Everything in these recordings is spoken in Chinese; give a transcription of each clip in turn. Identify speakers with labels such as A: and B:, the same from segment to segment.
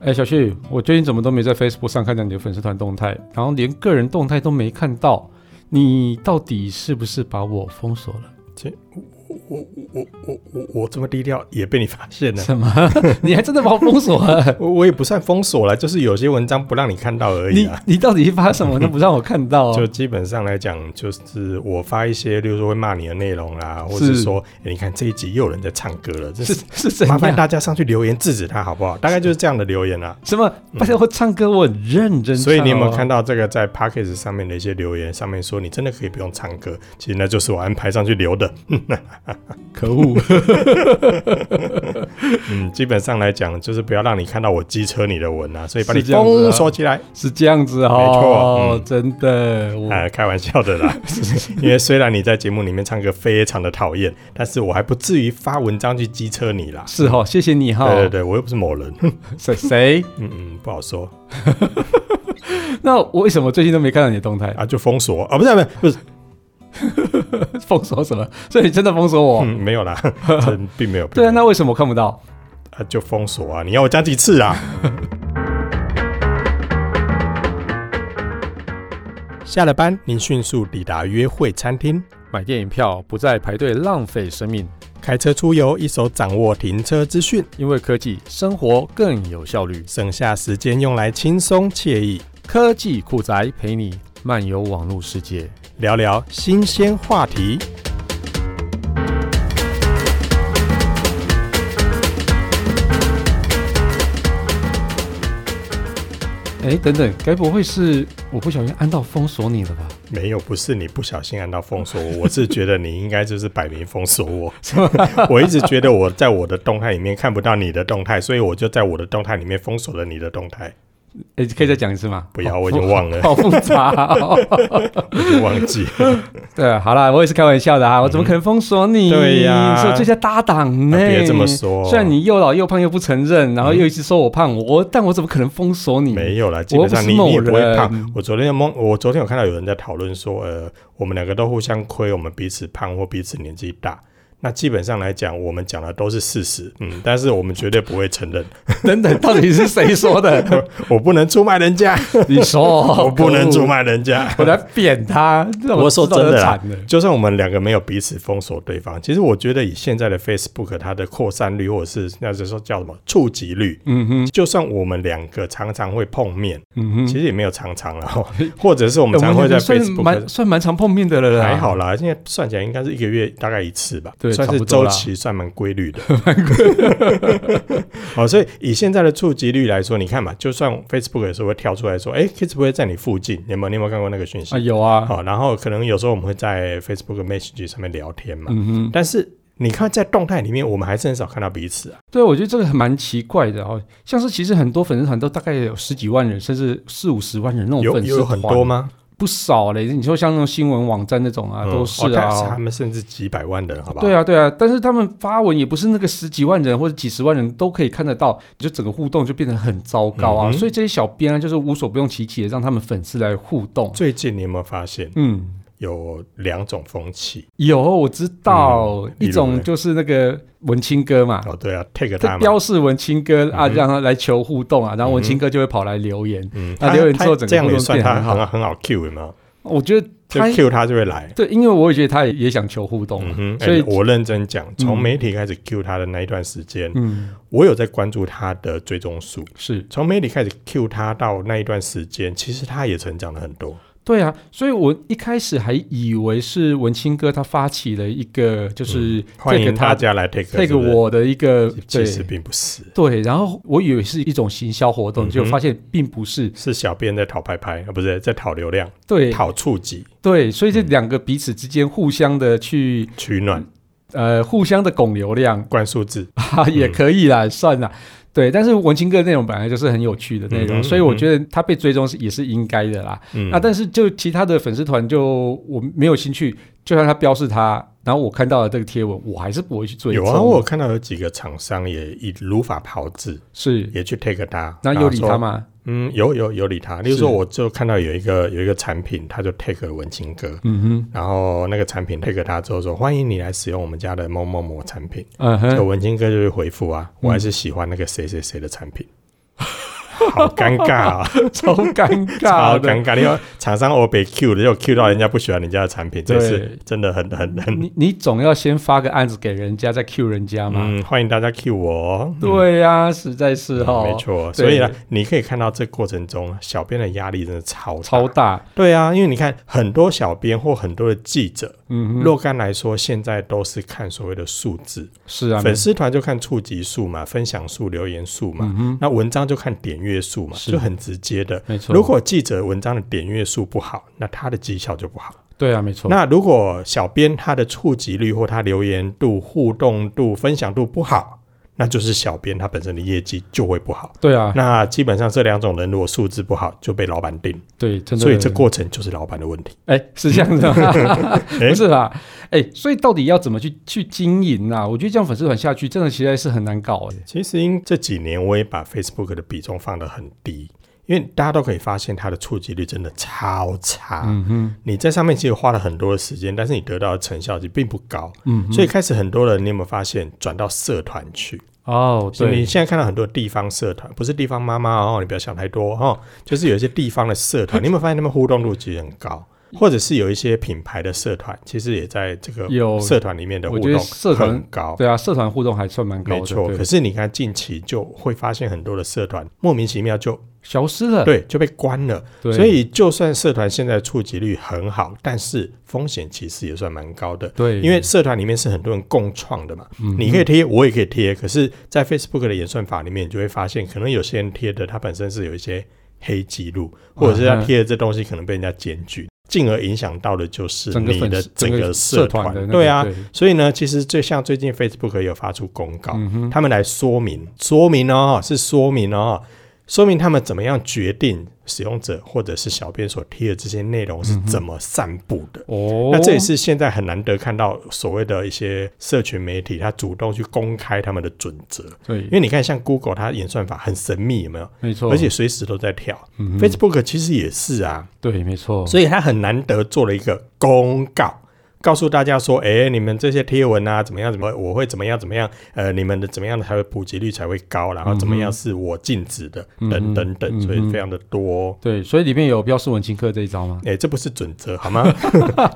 A: 哎，小旭，我最近怎么都没在 Facebook 上看到你的粉丝团动态，然后连个人动态都没看到，你到底是不是把我封锁了？
B: 我我我我我这么低调也被你发现了，
A: 什么？ 你还真的把我封锁 了？
B: 我我也不算封锁了，就是有些文章不让你看到而已
A: 你
B: 啊。
A: 你到底发什么都不让我看到、
B: 就
A: 哦？
B: 基本上来讲，就是我发一些，例如说会骂你的内容啦，或
A: 是
B: 是说，诶你看这一集又有人在唱歌了，这
A: 是
B: 是
A: 是怎
B: 麻烦
A: 样？
B: 大家上去留言制止他好不好？大概就是这样的留言啦。
A: 什么？而且我唱歌我很认真、哦
B: 嗯所以你有没有看？到这个在 p a c k a g e 上面的一些留言？上面说你真的可以不用唱歌，其实那就是我安排上去留的。
A: 可恶！
B: 嗯，基本上来讲，就是不要让你看到我机车你的文啊，所以把你
A: 是这样子啊
B: 封锁起来。
A: 是这样子
B: 没
A: 哦，
B: 错嗯
A: 真的，我、
B: 啊，开玩笑的啦， 因为虽然你在节目里面唱歌非常的讨厌，但是我还不至于发文章去机车你啦。
A: 是哦，谢谢你哈、
B: 对对对，我又不是某 人，
A: 谁谁？
B: 嗯嗯，不好说
A: 那我为什么最近都没看到你的动态？
B: 啊，就封锁啊，不是不是不是，
A: 封锁什么？所以你真的封锁我？
B: 嗯，没有 啦，这并没有。
A: 哦对啊，
B: 并没
A: 那
B: 有
A: 为什么我看不到？
B: 啊就封锁啊，你要我讲几次啊？ 下了班，您迅速抵达约会餐厅，
C: 买电影票不再排队浪费生命，
B: 开车出游，一手掌握停车资讯，
C: 因为科技生活更有效率。
B: 省下时间用来轻松惬意。
C: 科技酷宅陪你漫游网络世界。
B: 聊聊新鲜话题。
A: 哎、等等，该不会是我不小心按到封锁你了吧？
B: 没有，不是你不小心按到封锁我，我是觉得你应该就是摆明封锁我。 我一直觉得我在我的动态里面看不到你的动态，所以我就在我的动态里面封锁了你的动态。
A: 哎、可以再讲一次吗？
B: 不要，
A: 好
B: 我已经忘了，
A: 好 复 杂、哦。
B: 我已经忘记了。
A: 对，啊好啦，我也是开玩笑
C: 嗯
A: 的啊，我怎么可能封锁你？
B: 对呀
A: 是我最佳搭档呢、
B: 啊别这么说
A: 虽然你又老又胖又不承认，然后又一直说我胖，我但我怎么可能封锁你？
B: 没有啦，基
A: 我
B: 本
A: 不
B: 上
A: 是
B: 你
A: 某
B: 你也不会
A: 人
B: 胖。我昨天有梦，我昨天有看到有人在讨论说，呃，我们两个都互相亏，我们彼此胖或彼此年纪大。那基本上来讲，我们讲的都是事实，嗯，但是我们绝对不会承认，
A: 等等，到底是谁说的？
B: 我不能出卖 人家，
A: 你说，
B: 我不能
A: 可恶
B: 出卖人家。
A: 我来扁他。
B: 我说真的啦
A: 惨了，
B: 就算我们两个没有彼此封锁对方，其实我觉得以现在的 Facebook 它的扩散率，或者是那就是说叫什么触及率，
A: 嗯哼，
B: 就算我们两个常常会碰面，
A: 嗯哼，
B: 其实也没有常 常了，或者是我们常会在
A: 算
B: Facebook
A: 蛮。算蛮常碰面的了啦，
B: 还好啦，现在算起来应该是一个月大概一次吧，
A: 对
B: 算
A: 差
B: 是
A: 不多
B: 周
A: 啦
B: 期算蛮 规律的。 好，所以以现在的触及率来说，你看嘛，就算 Facebook 有时候会跳出来说，哎、会不会在你附近？你有没有你有没有看过那个讯息？
A: 啊，有啊，
B: 好，然后可能有时候我们会在 Facebook Message 上面聊天嘛，
A: 嗯哼，
B: 但是你看在动态里面，我们还是很少看到彼此啊。
A: 对，我觉得这个还蛮奇怪的哦。像是其实很多粉丝团都大概有十几万人，甚至四五十万人那种
B: 有
A: 粉丝团
B: 有很多？吗？
A: 不少嘞。你说像那种新闻网站那种啊，
B: 嗯
A: 都
B: 哦
A: 是
B: 但
A: 啊。
B: 他们甚至几百万人，好不好？
A: 对啊，对啊，但是他们发文也不是那个十几万人或者几十万人都可以看得到，你就整个互动就变得很糟糕啊。
B: 嗯哼
A: 所以这些小编啊，就是无所不用其极的让他们粉丝来互动。
B: 最近你有没有发现
A: 嗯，
B: 有两种风气？
A: 有，我知道，
B: 嗯
A: 一
B: 例如
A: 种
B: 呢
A: 就是那个文青哥嘛，
B: 哦，对啊，take
A: 他
B: 他
A: 标
B: 嘛，
A: 示文青哥啊，
B: 嗯哼
A: 让他来求互动啊，然后文青
B: 嗯
A: 哥就会跑来留言。
B: 嗯，
A: 那
B: 他
A: 留言之后整个
B: 他这样
A: 互
B: 也
A: 动
B: 算
A: 变
B: 他
A: 很好
B: 很很好 Q 有没有？
A: 我觉得
B: 就
A: 他
B: Q 他就会来。
A: 对，因为我也觉得他也也想求互动
B: 嗯
A: 啊，
B: 哼，
A: 所以
B: 哎我认真讲，从
A: 嗯
B: 媒体开始 Q 他的那一段时间，
A: 嗯，
B: 我有在关注他的追踪数。
A: 是
B: 从媒体开始 Q 他到那一段时间，其实他也成长了很多。
A: 对啊，所以我一开始还以为是文青哥他发起了一个就是
B: 嗯欢
A: take
B: 迎
A: 他
B: 大家来 take
A: 这
B: 是
A: 个
B: 不是，
A: 我的一个
B: 其实
A: 对
B: 并不是，
A: 对，然后我以为是一种行销活
B: 嗯
A: 动，
B: 哼
A: 结果发现并不是，
B: 是小编在讨拍拍，啊，不是在讨流量、
A: 对
B: 讨触及、
A: 对，所以
B: 嗯
A: 这两个彼此之间互相的去
B: 取暖、
A: 呃互相的拱流量，
B: 灌数字。
A: 啊，也
B: 嗯
A: 可以啦，算啦。对，但是文青哥的内容本来就是很有趣的内容，
B: 嗯哼
A: 所以我
B: 嗯哼
A: 觉得他被追踪是也是应该的啦。
B: 嗯，
A: 啊，但是就其他的粉丝团就我没有兴趣，就算他标示他，然后我看到了这个贴文，我还是不会去追踪。
B: 有啊，我有看到有几个厂商也以如法炮制，
A: 是，
B: 也去 take 他。
A: 那
B: 然后
A: 有理
B: 说
A: 他？吗？
B: 嗯，有有有理他。例如
A: 是
B: 说，我就看到有一个有一个产品，他就 take 了文青哥，
A: 嗯哼，
B: 然后那个产品 take 他之后说，欢迎你来使用我们家的某某某产品。
A: 嗯
B: 就
A: 哼，
B: 文青哥就会回复啊，我还是喜欢那个谁谁谁的产品。好尴尬啊，
A: 超尴
B: 超
A: 尬啊的。
B: 尴尬。你要厂商我被 Q 的，又 Q 到人家不喜欢人家的产品，这
A: 对嗯
B: 是真的很很很。
A: 你你总要先发个案子给人家，再 Q 人家嘛。
B: 嗯，欢迎大家 Q 我哦。嗯
A: 对呀、实在是哦
B: 嗯
A: 哈、
B: 没，错，
A: 对
B: 所以呢，你可以看到这过程中，小编的压力真的超大
A: 超大。
B: 对啊，因为你看很多小编或很多的记者，
A: 嗯哼，
B: 若干来说，现在都是看所谓的数字，
A: 是啊，
B: 粉丝团就看触及数嘛，分享数、留言数嘛，
A: 嗯
B: 那文章就看点阅数嘛，
A: 是
B: 就很直接的。
A: 没错。
B: 如果记者文章的点阅数不好，那他的绩效就不好。
A: 对啊，没错。
B: 那如果小编他的触及率或他留言度、互动度、分享度不好，那就是小编他本身的业绩就会不好。
A: 对啊，
B: 那基本上这两种人如果素质不好，就被老板定，
A: 对，真的。
B: 所以这过哎程就是老板的问题。
A: 哎、是这样子 吗？不是啦，哎、所以到底要怎么去去经营啊？我觉得这样粉丝团下去，真的实在是很难搞哎、
B: 其实因这几年我也把 Facebook 的比重放得很低，因为大家都可以发现它的触及率真的超差。
A: 嗯哼，
B: 你在上面其实花了很多的时间，但是你得到的成效其实并不高。
A: 嗯
B: 所以开始很多人，你有没有发现转到社团去？
A: 哦，
B: 所以你
A: 对，
B: 现在看到很多地方社团，不是地方妈妈哦，你不要想太多哦，就是有一些地方的社 团，你有没有发现他们互动度其实很高？或者是有一些品牌的社团，其实也在这个
A: 有
B: 社团里面的
A: 我
B: 互
A: 觉得
B: 动
A: 社团
B: 很高。
A: 对啊，社团互动还算蛮高
B: 没
A: 的，
B: 错，
A: 对
B: 可是你看近期就会发现很多的社团莫名其妙就
A: 消失了，
B: 对就被关了，
A: 对，
B: 所以就算社团现在触及率很好，但是风险其实也算蛮高的。
A: 对，
B: 因为社团里面是很多人共创的嘛，
A: 嗯
B: 你可以贴，我也可以贴。可是，在 Facebook 的演算法里面，你就会发现，可能有些人贴的，他本身是有一些黑记录，或者是他贴的这东西可能被人家检举，进而影响到的就是
A: 整个
B: 你
A: 粉
B: 的
A: 丝
B: 整
A: 整
B: 个
A: 个
B: 社
A: 团的那个
B: 对啊
A: 对，
B: 所以呢，其实最像最近 Facebook 有发出公告，
A: 嗯哼，
B: 他们来说明说明哦，是说明哦，说明他们怎么样决定使用者或者是小编所贴的这些内容是怎么散布的。
A: 嗯哦，
B: 那这也是现在很难得看到所谓的一些社群媒体，它主动去公开他们的准则。
A: 对
B: 因，为你看，像 Google 它演算法很神秘，有没有？
A: 没错，
B: 而且随时都在跳。
A: 嗯哼
B: Facebook 其实也是啊，
A: 对，没错，
B: 所以它很难得做了一个公告。告诉大家说，哎、你们这些贴文啊，怎么样？怎么我会怎么样？怎么样？呃，你们的怎么样才会普及率才会高？
A: 嗯
B: 然后怎么样是我禁止的？等等等，所以非常的多、？
A: 对，所以里面有标示文青课这一招吗
B: 哎、这不是准则 好吗？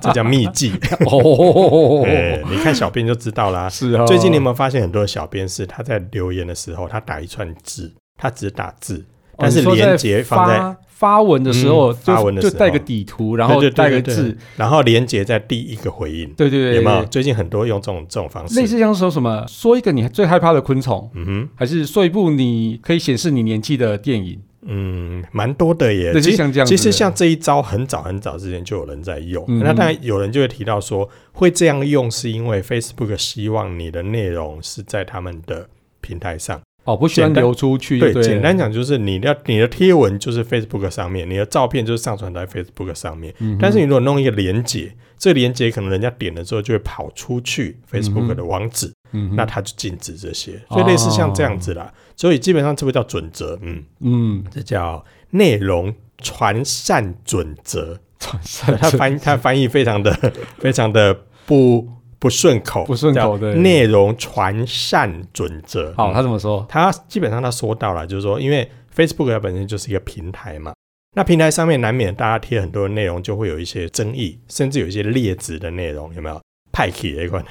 B: 这叫秘技。
A: 哦，
B: 哎、你看小编就知道啦。
A: 是啊，
B: 最近你有没有发现很多小编是他在留言的时候，他打一串字，他只打字，
A: 哦
B: 但是
A: 你说
B: 连接放在
A: 发发文的时候，
B: 嗯
A: 就
B: 发文的时
A: 就
B: 候
A: 带个底图，然后
B: 对对对
A: 带个
B: 对
A: 字，
B: 然后连接在第一个回应，
A: 对对对，
B: 有没有？
A: 对
B: 最近很多用这种这种方
A: 类
B: 式。
A: 似像说什么，说一个你最害怕的昆虫，
B: 嗯哼，
A: 还是说一部你可以显示你年纪的电影？
B: 嗯，蛮多的耶。
A: 类似
B: 其实
A: 像这样子
B: 其
A: 的
B: 实像这一招，很早很早之前就有人在用。
A: 嗯
B: 那当然有人就会提到说，会这样用是因为 Facebook 希望你的内容是在他们的平台上。
A: 哦，不喜欢
B: 简单
A: 流出去就
B: 对，
A: 对，
B: 简单，讲就是你的你的贴文就是 Facebook 上面，你的照片就是上传在 Facebook 上面。
A: 嗯哼
B: 但是你如果弄一个连接，这连接可能人家点了之后就会跑出去
A: 嗯
B: Facebook
A: 哼
B: 的网址，
A: 嗯哼哦
B: 那他就禁止这些，所以类似像这样子啦。所以基本上这不叫准则，嗯，
A: 嗯，
B: 这叫内容传散准则。
A: 算
B: 它翻它翻译非常的非常的不不顺口，
A: 不顺口
B: 叫
A: 对
B: 内容传散准则。
A: 好，
B: 嗯
A: 他怎么说？
B: 他基本上他说到了，就是说，因为 Facebook 它本身就是一个平台嘛，那平台上面难免大家贴很多的内容，就会有一些争议，甚至有一些劣质的内容，有没有？派系的一款，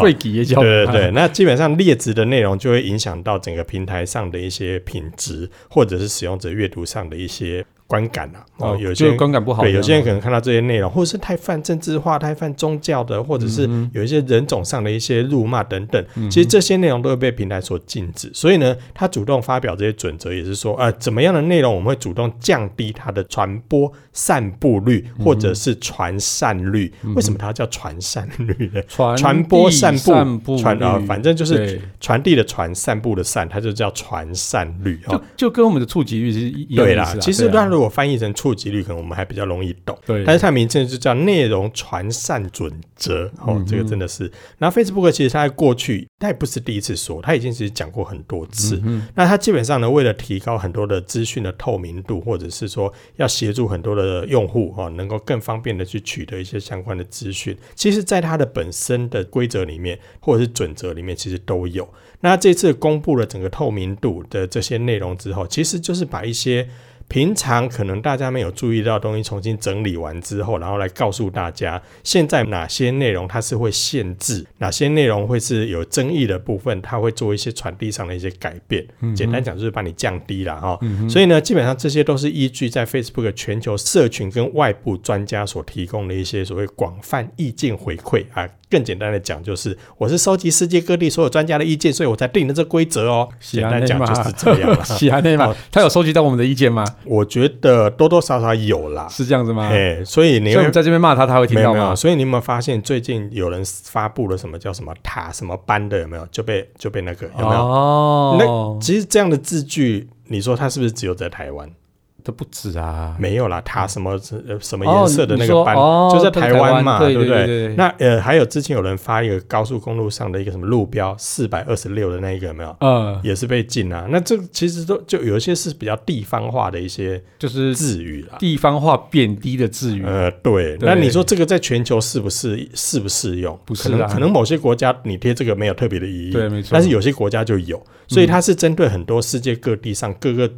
A: 贵体也叫
B: 对对对，那基本上劣质的内容就会影响到整个平台上的一些品质，或者是使用者阅读上的一些观感啊。哦，有些
A: 就
B: 人
A: 观感不好这
B: 对，
A: 样，啊
B: 有些人可能看到这些内容，或者是太泛政治化、太泛宗教的，或者
A: 嗯
B: 是有一些人种上的一些辱骂等等。其实这些内容都会被平台所禁止，所以呢，他主动发表这些准则，也是说，呃，怎么样的内容我们会主动降低它的传播散布率，
A: 嗯
B: 或者是传散率。为什么它叫传散率呢？
A: 传
B: 传播
A: 递
B: 散
A: 散
B: 布传啊、
A: 率
B: 反正就是
A: 对
B: 传递的传，散布的散，它就叫传散率哦
A: 就。就跟我们的触及率是一一样的
B: 对
A: 意
B: 啦
A: 思，啊
B: 其
A: 对
B: 实
A: 啊
B: 它如如果翻译成触及率，可能我们还比较容易懂。
A: 对，
B: 但是它名称就叫内容传散准则，哦
A: 嗯，哼
B: 这个真的是。然后 Facebook 其实它在过去，它也不是第一次说，它已经其实讲过很多次。
A: 嗯
B: 那它基本上呢，为了提高很多的资讯的透明度，或者是说要协助很多的用户哦，能够更方便的去取得一些相关的资讯，其实在它的本身的规则里面，或者是准则里面，其实都有。那这次公布了整个透明度的这些内容之后，其实就是把一些平常可能大家没有注意到的东西重新整理完之后，然后来告诉大家，现在哪些内容它是会限制，哪些内容会是有争议的部分，它会做一些传递上的一些改变。
A: 嗯
B: 简单讲就是把你降低了哈。
A: 嗯哼
B: 所以呢，基本上这些都是依据在 Facebook 全球社群跟外部专家所提供的一些所谓广泛意见回馈啊。更简单的讲，就是我是收集世界各地所有专家的意见，所以我才定了这规则哦。
A: 喜
B: 简
A: 欢
B: 单讲
A: 内
B: 就
A: 马
B: 是这样了。
A: 喜安内嘛
B: 哦，
A: 他有收集到我们的意见吗？
B: 我觉得多多少少有啦，
A: 是这样子吗？
B: 哎、所以
A: 所
B: 你
A: 以我们
B: 会。
A: 在这边骂他，他会听
B: 没有
A: 到
B: 没有，
A: 吗？
B: 所以你有没有发现最近有人发布了什么叫什么塔什么班的有没有就被就被那个有没有？
A: 哦，
B: 其实这样的字句，你说它是不是只有在台湾？
A: 那不止啊，
B: 没有啦，塔什么呃什么颜色的那个班，
A: 哦你
B: 就
A: 说
B: 在
A: 哦
B: 台湾嘛，
A: 对
B: 不
A: 对对对
B: 那呃，还有之前有人发一个高速公路上的一个什么路标四百二十六的那一个有没有？
A: 呃，
B: 也是被禁啊。那这其实都就有一些是比较地方化的一些
A: 就是
B: 字语啦。
A: 地方话贬低的字语，
B: 呃，对，
A: 对
B: 那你说这个在全球适不适适不适用？
A: 不是
B: 可能
A: 啊
B: 可能某些国家你贴这个没有特别的意义，
A: 对，没错。嗯
B: 但是有些国家就有，所以它是针对很多世界各地上各个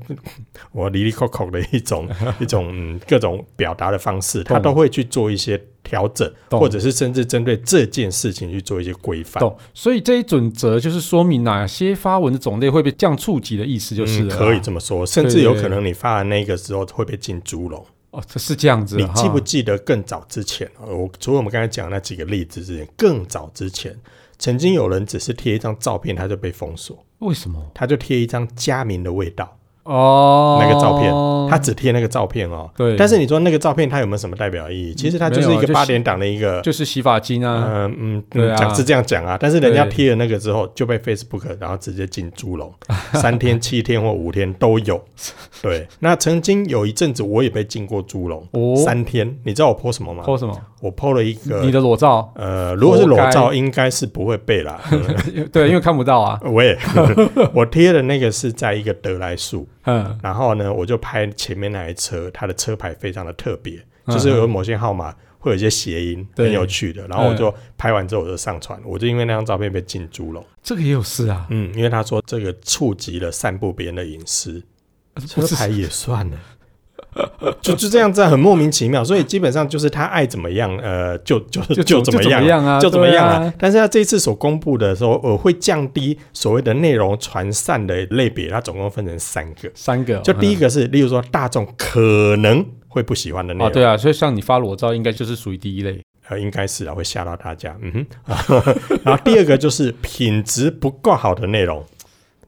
B: 我离离扣扣的 一种一种、嗯、各种表达的方式，它
A: 懂
B: 都会去做一些调整，
A: 懂
B: 或者是甚至针对这件事情去做一些规范。
A: 懂，所以这一准则就是说明哪些发文的种类会被降触及的意思，就是
B: 嗯
A: 了啦、
B: 可以这么说，甚
A: 对
B: 至
A: 对
B: 有
A: 对
B: 可能你发了那个之后会被进猪笼。
A: 哦，这是这样子。
B: 你
A: 哈
B: 记不记得更早之前？呃我除了我们刚才讲的那几个例子之前，更早之前曾经有人只是贴一张照片，他就被封锁，
A: 为什么？
B: 他就贴一张佳明的味道，
A: 哦，
B: 那个照片他只贴那个照片哦。
A: 对，
B: 但是你说那个照片它有没有什么代表意义？其实它就是
A: 没有
B: 一
A: 啊就
B: 个
A: 是
B: 八点档的一个，
A: 就是洗发精啊，
B: 嗯嗯
A: 对啊
B: 嗯，讲是这样讲啊，但是人家
A: 对
B: 贴了那个之后就被 Facebook 然后直接进 猪笼，三天、七天或五天都有。对，那曾经有一阵子我也被进过猪笼，
A: 哦
B: 呃三天，你知道我 po 什么吗？
A: 或什么？
B: 我 po 了一
A: 你
B: 个，
A: 的裸照，
B: 呃，如果是
A: 活该
B: 裸照应该是不会被啦。 嗯
A: 对，因为看不到啊。
B: 我也， 我贴的那个是在一个德莱树，
A: 嗯，
B: 然后呢，我就拍前面那台车，它的车牌非常的特别，
A: 嗯
B: 就是有某些号码会有一些谐音，
A: 对嗯
B: 很有趣的。然后我就拍完之后我就上传，我就因为那张照片被禁猪笼。
A: 这个也有事啊。
B: 嗯，因为他说这个触及了散布别人的隐私，车牌也算了。就就这样子啊，很莫名其妙，所以基本上就是他爱怎么样，呃，就 就
A: 就
B: 就
A: 怎
B: 怎
A: 么
B: 么样
A: 样啊
B: 就怎么样
A: 对
B: 啊
A: 啊。
B: 但是他这一次所公布的时候，我会降低所谓的内容传散的类别，它总共分成三个。
A: 三个哦，
B: 就第一
A: 个
B: 个是，例如说大众可能会不喜欢的内
A: 啊，
B: 容，
A: 对啊，所以像你发裸照，应该就是属于第一类。
B: 呃，应该是啊，会吓到大家。嗯哼， 然后第二个就是品质不够好的内容，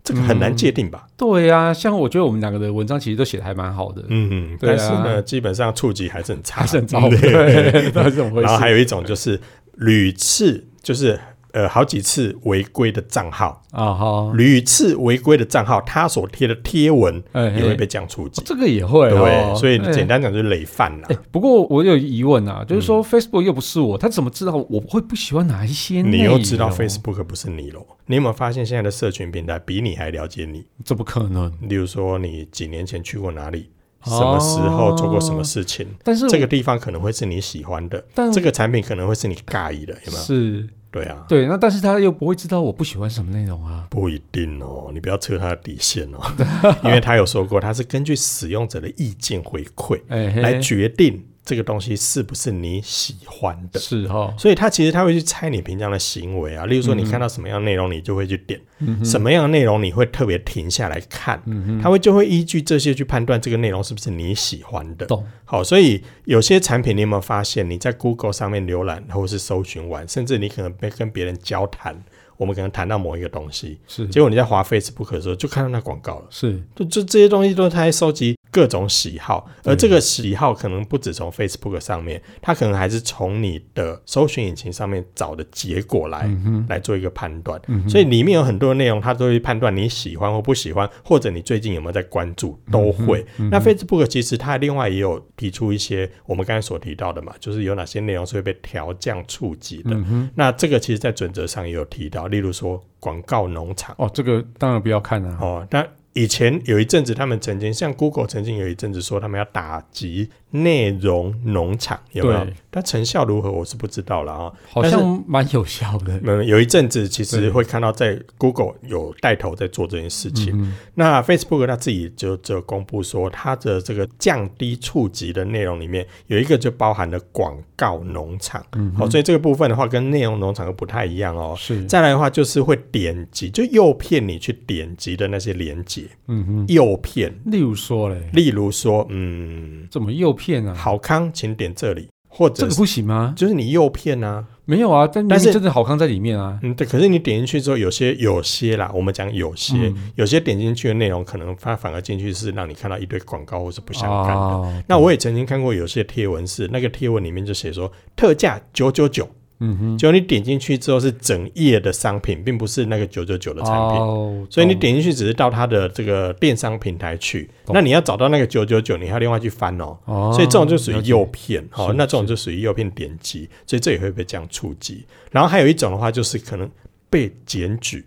B: 这个很难界定吧？
A: 对啊，像我觉得我们两个的文章其实都写的还蛮好的，
B: 嗯，
A: 对啊
B: 但是呢，基本上触及还是很差，
A: 还是很 糟。
B: 嗯
A: 对，那是怎么回
B: 然后还
A: 事？
B: 有一种就是屡次，就是呃好几次违规的账号，
A: 啊哈，
B: 屡次违规的账号，他所贴的贴文
A: 哎
B: 也会
A: 嘿
B: 被这样触及
A: 哦。这个也会哦
B: 对，所以
A: 对
B: 简单讲就是累犯啦
A: 哎、。不过我有疑问啊，就是
B: 嗯
A: 说 Facebook 又不是我，他怎么知道我会不喜欢哪一些内
B: 你
A: 容？
B: 又知道 Facebook 不是你喽？你有没有发现现在的社群平台比你还了解你？
A: 怎么可能？
B: 例如说，你几年前去过哪里，
A: 哦
B: 什么时候做过什么事情，
A: 但是
B: 这个地方可能会是你喜欢的，
A: 但
B: 这个产品可能会是你尬意的，有没有？
A: 是
B: 对啊，
A: 对，那但是他又不会知道我不喜欢什么内容啊。
B: 不一定哦，你不要测他的底线哦， 因为他有说过，他是根据使用者的意见回馈
A: 哎、嘿
B: 来决定这个东西是不是你喜欢的。
A: 是哦哈，
B: 所以他其实他会去猜你平常的行为啊，例如说你看到什么样的内容，你就会去点；
A: 嗯
B: 什么样的内容你会特别停下来看。他会就会依据这些去判断这个内容是不是你喜欢的。
A: 懂
B: 好，所以有些产品你有没有发现，你在 Google 上面浏览或是搜寻完，甚至你可能被跟别人交谈，我们可能谈到某一个东西，
A: 是
B: 结果你在滑 Facebook 的时候就看到那广告了。
A: 是
B: 就就这些东西都是他在收集各种喜好，而这个喜好可能不止从 Facebook 上面，它可能还是从你的搜寻引擎上面找的结果来、来做一个判断。所以里面有很多内容，它都会判断你喜欢或不喜欢，或者你最近有没有在关注，都会。那 Facebook 其实它另外也有提出一些我们刚才所提到的嘛，就是有哪些内容是会被调降触及
A: 嗯
B: 的。那这个其实，在准则上也有提到，例如说广告农场。
A: 哦，这个当然不要看啊。
B: 哦，但以前有一阵子，他们曾经像 Google 曾经有一阵子说他们要打击内容农场，有没有
A: 对？
B: 但成效如何，我是不知道了啊、
A: 好
B: 但是
A: 像蛮有效的。
B: 嗯，有一阵子其实
A: 对
B: 会看到在 Google 有带头在做这件事
A: 嗯
B: 情。那 Facebook 它自己就就公布说，它的这个降低触及的内容里面有一个就包含了广告农场。好、所以这个部分的话跟内容农场又不太一样哦。
A: 嗯是，
B: 再来的话就是会点击，就诱骗你去点击的那些连接，
A: 嗯哼。
B: 诱骗。
A: 例如说嘞，
B: 例如说，嗯，
A: 怎么诱骗啊？
B: 好康，请点这里，或
A: 这
B: 者
A: 个
B: 是
A: 不行吗？
B: 就是你诱骗啊，
A: 没有啊，但
B: 但
A: 但
B: 是
A: 是真的好康在里面啊。
B: 嗯，对。可是你点进去之后，有些有些啦，我们讲有些、
A: 嗯
B: 有些点进去的内容，可能它反而进去是让你看到一堆广告或是不相干的。
A: 哦
B: 那我也曾经看过有些贴文是，那个贴文里面就写说特价九九九，
A: 嗯哼，
B: 结果你点进去之后是整页的商品，并不是那个九九九的产品。
A: 哦
B: 所以你
A: 懂
B: 点进去只是到它的这个电商平台去，
A: 懂
B: 那你要找到那个九九九，你还要另外去翻哦。
A: 哦，
B: 所以这种就属于
A: 了解
B: 诱骗，好、
A: 是
B: 那这种就属于诱骗点击，所以这也会被这样触及。然后还有一种的话，就是可能被检举，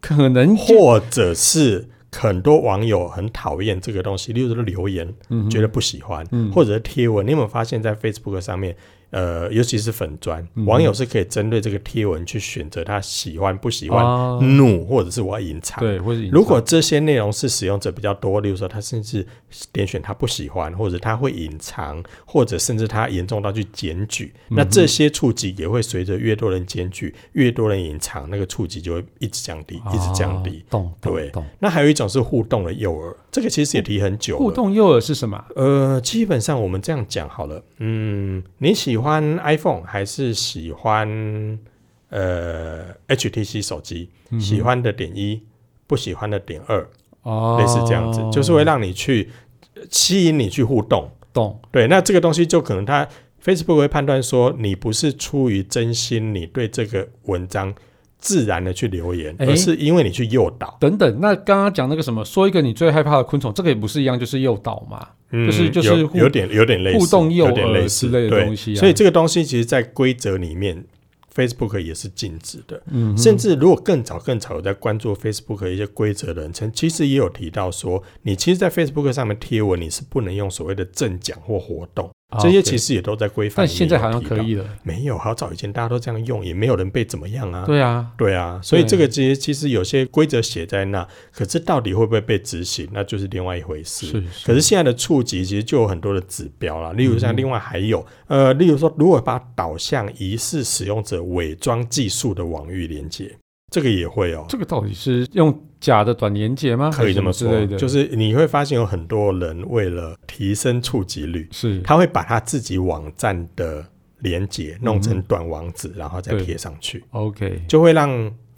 A: 可能就
B: 或者是很多网友很讨厌这个东西，例如说留言、
A: 嗯
B: 觉得不喜欢，或者是贴文。你有没有发现，在 Facebook 上面，呃，尤其是粉砖，
A: 嗯
B: 网友是可以针对这个贴文去选择他喜欢不喜欢、
A: 哦
B: 怒，或者是我要隐藏。
A: 对，或者隐
B: 嗯如果
A: 藏
B: 这些内容是使用者比较多，例如说他甚至点选他不喜欢，或者他会隐藏，或者甚至他严重到去检举，
A: 嗯
B: 那这些触及也会随着越多人检举，越多人隐藏，那个触及就会一直降低，一直降低
A: 哦。懂懂
B: 对
A: 懂。
B: 那还有一种是互动的诱饵，这个其实也提很久了。
A: 互动诱饵是什么啊？
B: 呃，基本上我们这样讲好了，嗯，你喜欢 iPhone 还是喜欢呃 HTC 手机？
A: 嗯
B: 喜欢的点一，不喜欢的点二。
A: 哦，
B: 类似这样子，就是会让你去呃吸引你去互动。
A: 懂
B: 对，那这个东西就可能它 Facebook 会判断说你不是出于真心，你对这个文章自然的去留言，
A: 诶
B: 而是因为你去诱导，
A: 等等。那刚刚讲那个什么，说一个你最害怕的昆虫，这个也不是一样，就是诱导嘛。
B: 嗯
A: 就是就是
B: 有
A: 互
B: 有点有点类似
A: 互动诱
B: 有点类
A: 饵
B: 似
A: 之类的
B: 对
A: 东西啊
B: 所以这个东西其实，在规则里面。Facebook 也是禁止的，
A: 嗯哼
B: 甚至如果更早更早有在关注 Facebook 的一些规则的人，曾其实也有提到说，你其实，在 Facebook 上面贴文，你是不能用所谓的正奖或活动，这些其
A: 实，
B: 实也都在规
A: 哦啊
B: 范
A: 但
B: 里面
A: 现
B: 有提
A: 在
B: 到。
A: 好像可以了。
B: 没有，好早以前大家都这样用，也没有人被怎么样啊。
A: 对啊，
B: 对啊，所以
A: 对
B: 这个其实其实有些规则写在那，可是到底会不会被执行，那就是另外一回事。
A: 是
B: 可是现在的触及其实就有很多的指标啦，例如
A: 嗯
B: 像另外还有、呃，例如说如果把导向疑似使用者伪装技术的网域连接，这个也会哦、
A: 这个到底是用假的短连接吗？
B: 可以这么
A: 还是什
B: 说
A: 之类，的，
B: 就是是你会发现有很多人为了提升触及率，
A: 是
B: 他会把他自己网站的连接弄成短网址，然后再
A: 对
B: 贴上去，
A: OK，
B: 就会让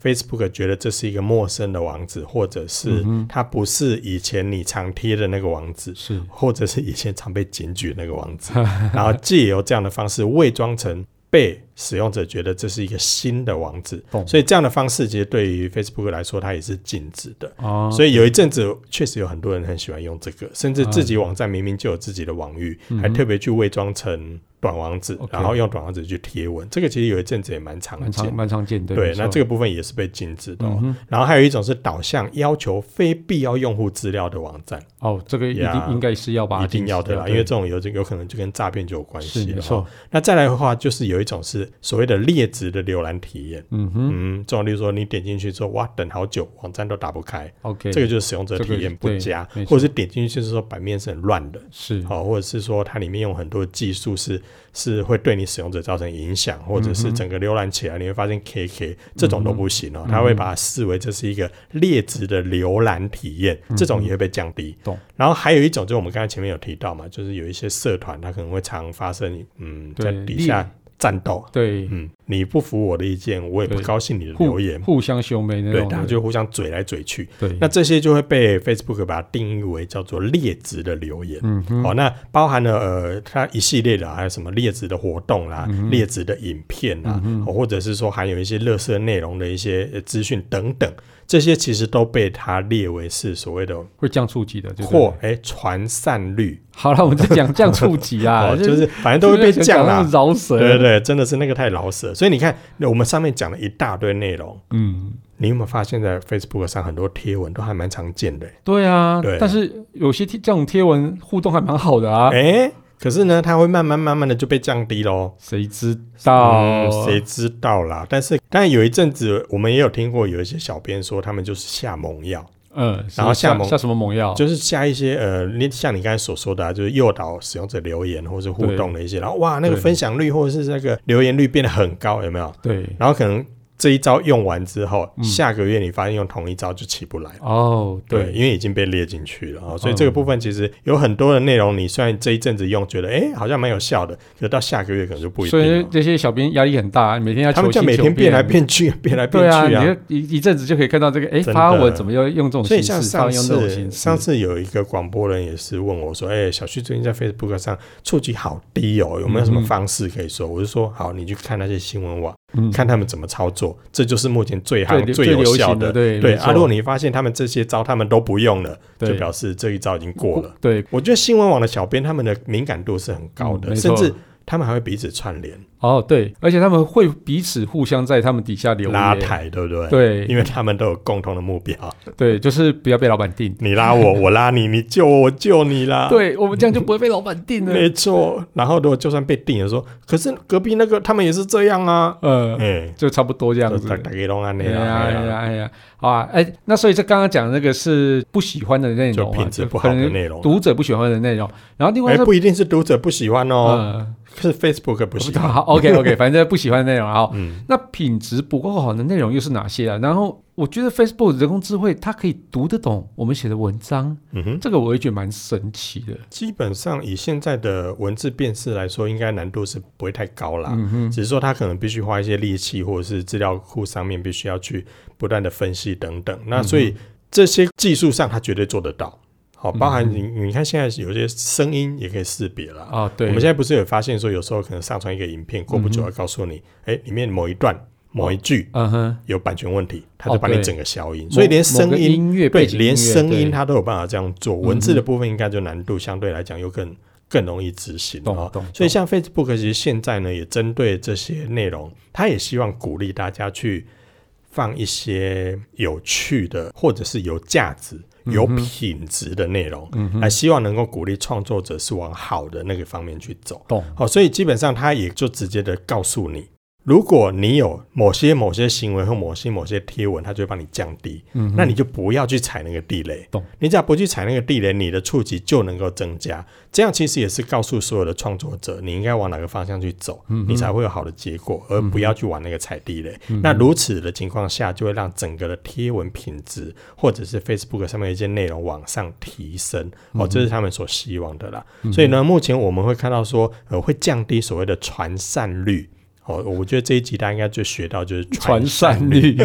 B: Facebook 觉得这是一个陌生的网址，或者
A: 嗯
B: 是它不是以前你常贴的那个网址，
A: 是
B: 或者是以前常被检举的那个网址，然后借由这样的方式伪装成。被使用者觉得这是一个新的网址，
A: 懂
B: 所以这样的方式其实对于 Facebook 来说，它也是禁止的。
A: 哦，
B: 所以有一阵子确实有很多人很喜欢用这个，甚至自己网站明明就有自己的网域，还特别去伪装成短网址，
A: 嗯 OK
B: 然后用短网址去贴文。这个其实有一阵子也蛮常
A: 蛮常
B: 见。
A: 蛮常见对嗯
B: 对，那这
A: 个
B: 个部分也是被禁止的、哦。然后还有一种是导向要求非必要用户资料的网站，
A: 哦，这个一
B: 呀
A: 定应该是要把它
B: 一定要的
A: 禁止
B: 啦，
A: 掉
B: 因为这种有有可能就跟诈骗就有关
A: 是
B: 系
A: 没
B: 了、
A: 错
B: 哦。，那再来的话，就是有一种是所谓的劣质的浏览体验，
A: 嗯哼
B: 嗯，这种例如说你点进去之后，哇，等好久，网站都打不开，
A: ，OK，
B: 这个就是使用者体验不佳
A: 这个对没，错嗯
B: 或者是点进去就是说版面是很乱的，
A: 是
B: 好、或者是说它里面用很多技术是是会对你使用者造成影
A: 嗯
B: 响，或者是整个浏览起来你会发现 KK 这种都不行
A: 嗯
B: 哦，它会把它视为这是一个劣质的浏览体验，这种也会被降低。
A: 嗯懂
B: 然后还有一种就是我们刚才前面有提到嘛，就是有一些社团它可能会常发生，嗯，在
A: 对
B: 底下
A: 劣
B: 战斗，
A: 对，
B: 嗯，你不服我的意见，我也不
A: 对
B: 高兴你的
A: 互
B: 留言，
A: 互相修眉那
B: 对，
A: 种的，
B: 大家就互相嘴来嘴去。
A: 对，
B: 那这些就会被 Facebook 把它定义为叫做劣质的留言。
A: 嗯哼，
B: 好、那包含了呃，它一系列的啊还有什么劣质的活动啦、劣质的影片啦、哦或者是说还有一些垃圾内容的一些呃资讯等等，这些其实都被它列为是所谓的
A: 会降触及的，就对
B: 或
A: 了
B: 哎传散率
A: 好了，我们就讲降触及啊，
B: 哦，就是反正都会被降啦。
A: 饶舌，
B: 对对对，真的是那个太老死了。所以你看，我们上面讲了一大堆内容，
A: 嗯，
B: 你有没有发现，在 Facebook 上很多贴文都还蛮常见的、
A: 对啊，
B: 对
A: 但是有些贴这种贴文互动还蛮好的啊，
B: 哎、可是呢，它会慢慢慢慢的就被降低喽。
A: 谁知道
B: 嗯？谁知道啦？但是，但有一阵子我们也有听过，有一些小编说他们就是下猛药，
A: 嗯，
B: 然后下
A: 下
B: 猛
A: 下什么猛药？
B: 就是下一些呃，你像你刚才所说的、啊，就是诱导使用者留言或是互动的一些，然后哇，那个
A: 对
B: 分享率或者是那个留言率变得很高，有没有？
A: 对，
B: 然后可能这一招用完之后，
A: 嗯
B: 下个月你发现用同一招就起不来了。
A: 哦，
B: 对，
A: 对，嗯
B: 因为已经被列进去了啊、所以这个部分其实有很多的内容，你虽然这一阵子用觉得哎、诶好像蛮有效的，可是到下个月可能就不一
A: 所
B: 定
A: 以
B: 了。
A: 这些小编压力很大，每天要
B: 他们
A: 求
B: 就
A: 新
B: 每天
A: 求
B: 变来。变去，变来变
A: 对啊，
B: 去
A: 你
B: 啊。
A: 就一一阵子就可以看到这个，哎，
B: 真的
A: 发文怎么要用这种
B: 所以
A: 形
B: 像
A: 式，
B: 上
A: 发文用这种
B: 次，
A: 形式，
B: 上次有一个广播人也是问我说：“哎、小旭最近在 Facebook 上触及好低哦，有没有什么
A: 嗯哼
B: 方式可以说？”我就说：“好，你去看那些新闻网，
A: 嗯
B: 看他们怎么操作，这就是目前最行
A: 最
B: 最
A: 最
B: 有
A: 流
B: 效
A: 行的，
B: 的。
A: 对
B: 对
A: 没
B: 啊，
A: 错
B: 如果你发现他们这些招他们都不用了，就
A: 对
B: 表示这一招已经过了。
A: 对
B: 我觉得新闻网的小编他们的敏感度是很高的，
A: 嗯没
B: 甚
A: 错
B: 至他们还会彼此串联
A: 哦对，而且他们会彼此互相在他们底下留言
B: 拉，抬，对不对？，
A: 对
B: 因为他们都有共同的目标，
A: 对，就是不要被老板定，
B: 你 拉我，我拉你，你救我，我救你啦。。
A: 对我们这样就不会被老板定了，
B: 啊没错，然后如果就算被定了说，可是隔壁那个他们也是这样啊，
A: 呃，
B: 哎、
A: 就差不多这
B: 这
A: 样子
B: 大。大概拢安
A: 哎
B: 尼
A: 呀
B: 啦，
A: 哎
B: 哎
A: 呀
B: 呀
A: 哎呀，好啊，哎，那所以这刚刚讲的那个是不喜欢的内
B: 就
A: 容啊，
B: 品质
A: 就
B: 不
A: 可
B: 好的
A: 能
B: 内容。
A: 读啊者不喜欢的内容，然后另外
B: 哎、
A: 是
B: 不一定是读者不喜欢哦，
A: 呃，
B: 是 Facebook 不喜 欢。
A: 好，OK OK，反正不喜欢的内容啊。
B: 嗯，
A: 那品质不够好的内容又是哪些啊？然后我觉得 Facebook 人工智慧它可以读得懂我们写的文章，
B: 嗯哼，
A: 这个我也觉得蛮神奇的。
B: 基本上以现在的文字辨识来说，应该难度是不会太高啦。
A: 嗯哼，
B: 只是说他可能必须花一些力气，或者是资料库上面必须要去不断的分析等等。
A: 嗯
B: 那所以这些技术上，他绝对做得到。
A: 嗯
B: 好，包含你，你看现在有些声音也可以识别了。
A: 啊，对，
B: 我们现在不是有发现说，有时候可能上传一个影片，过不久要告诉你，哎、里面某一段、某一句
A: 嗯哼，
B: 有版权问题，它就
A: 哦
B: 把你
A: 对
B: 整个消音，所以连
A: 某某
B: 声
A: 个
B: 音。
A: 音乐
B: 对，
A: 背景
B: 连
A: 音乐
B: 声音
A: 对
B: 它都有办法这样做，文字
A: 嗯哼
B: 的部分应该就难度相对来讲又更更容易执行
A: 懂
B: 哦
A: 懂，
B: 所
A: 懂
B: 以像 Facebook 其实现在呢，也针对这些内容，它也希望鼓励大家去放一些有趣的，或者是有价值、
A: 嗯
B: 有品质的内容，来希望能够鼓励创作者是往好的那个方面去走。
A: 懂
B: 好、所以基本上它也就直接的告诉你。如果你有某些某些行为或某些某些贴文，它就会帮你降低，
A: 嗯哼
B: 那你就不要去踩那个地雷。
A: 懂？
B: 你只要不去踩那个地雷，你的触及就能够增加。这样其实也是告诉所有的创作者，你应该往哪个方向去走，你才会有好的结果，而不要去玩那个踩地雷。那如此的情况下，就会让整个的贴文品质或者是 Facebook 上面的一些内容往上提升。哦，这是他们所希望的啦。所以呢，目前我们会看到说，呃，会降低所谓的传散率。哦，我觉得这一集大家应该最学到就是
A: 传
B: 散
A: 散率，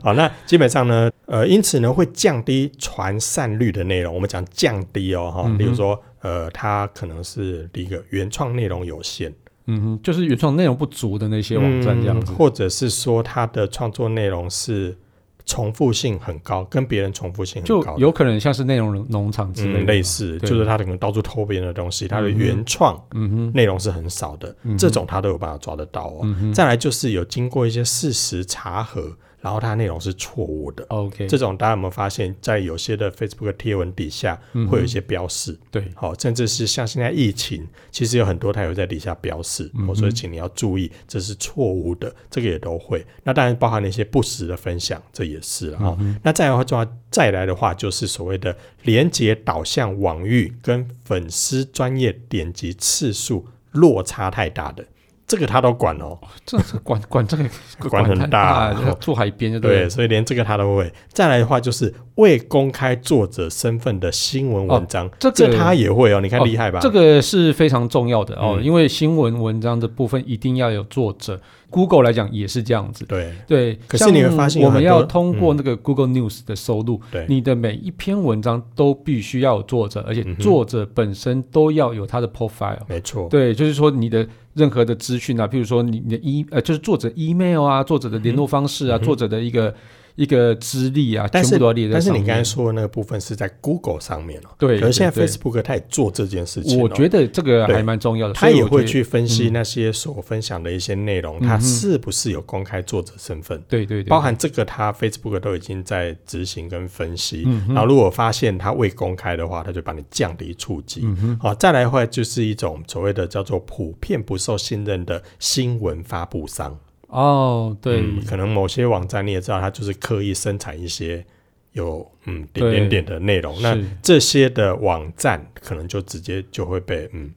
B: 好，那基本上呢，呃，因此呢会降低传散率的内容。我们讲降低哦，
A: 嗯
B: 哈、例如说，呃，它可能是第一个原创内容有限，
A: 嗯哼，就是原创内容不足的那些网站这样子
B: 嗯，或者是说它的创作内容是重复性很高，跟别人重复性很
A: 就
B: 高的，
A: 有可能像是内容农场之类
B: 嗯
A: 的，
B: 类似，
A: 对
B: 就是它可能到处偷别人的东西，它的
A: 嗯哼
B: 原创
A: 嗯哼，嗯
B: 内容是很少的，这种他都有办法抓得到哦。再来就是有经过一些事实查核，然后它内容是错误的。
A: OK，
B: 这种大家有没有发现，在有些的 Facebook 贴文底下会有一些标示，
A: 嗯对，
B: 好、甚至是像现在疫情，其实有很多它有在底下标示，我、所以请你要注意，这是错误的，这个也都会。那当然包含了一些不实的分享，这也是了啊、那再来的话，再来的话就是所谓的连接导向网域跟粉丝专业点击次数落差太大的。这个他都管哦。
A: 这是管管这个
B: 管很
A: 太
B: 大哦
A: 大了，要住海边就
B: 对，
A: 了。
B: 所以连这个他都会。再来的话就是未公开作者身份的新闻文章，
A: 哦这
B: 这
A: 个
B: 他也会哦，你看厉害吧？
A: 这个是非常重要的哦，
B: 嗯
A: 因为新闻文章的部分一定要有作者。Google 来讲也是这样子，
B: 对
A: 对。
B: 可是
A: 像
B: 你会发现有
A: 我们
B: 很
A: 要
B: 多嗯
A: 通过那个 Google News 的收录，
B: 对
A: 你的每一篇文章都必须要有作者，而且
B: 嗯哼
A: 作者本身都要有他的 profile。
B: 没错，
A: 对，就是说你的任何的资讯啊，譬如说你你的 e 呃，就是作者 email 啊，作者的联络方式啊，
B: 嗯哼
A: 作者的一个一个资历啊，
B: 但
A: 全
B: 是
A: 部都要列在
B: 但是
A: 上面。
B: 你刚才说的那个部分是在 Google 上面哦，
A: 对，
B: 可是现在
A: 对
B: Facebook 它也做这件事
A: 对
B: 情哦，
A: 我觉得这个
B: 对
A: 还蛮重要的，
B: 他
A: 所以
B: 也
A: 我
B: 会
A: 觉得。
B: 去分析那些所分享的一些内容，它是不是有公开作者身份。
A: 对对对，
B: 包含这个，他 Facebook 都已经在执行跟分析。
A: 嗯哼
B: 然后，如果发现他未公开的话，他就把你降低触及。
A: 嗯
B: 好、再来的话就是一种所谓的叫做普遍不受信任的新闻发布商。
A: 哦，对，
B: 嗯可能某些网站你也知道，它就是刻意生产一些有嗯点
A: 对
B: 点点的内容。那
A: 是
B: 这些的网站可能就直接就会被嗯，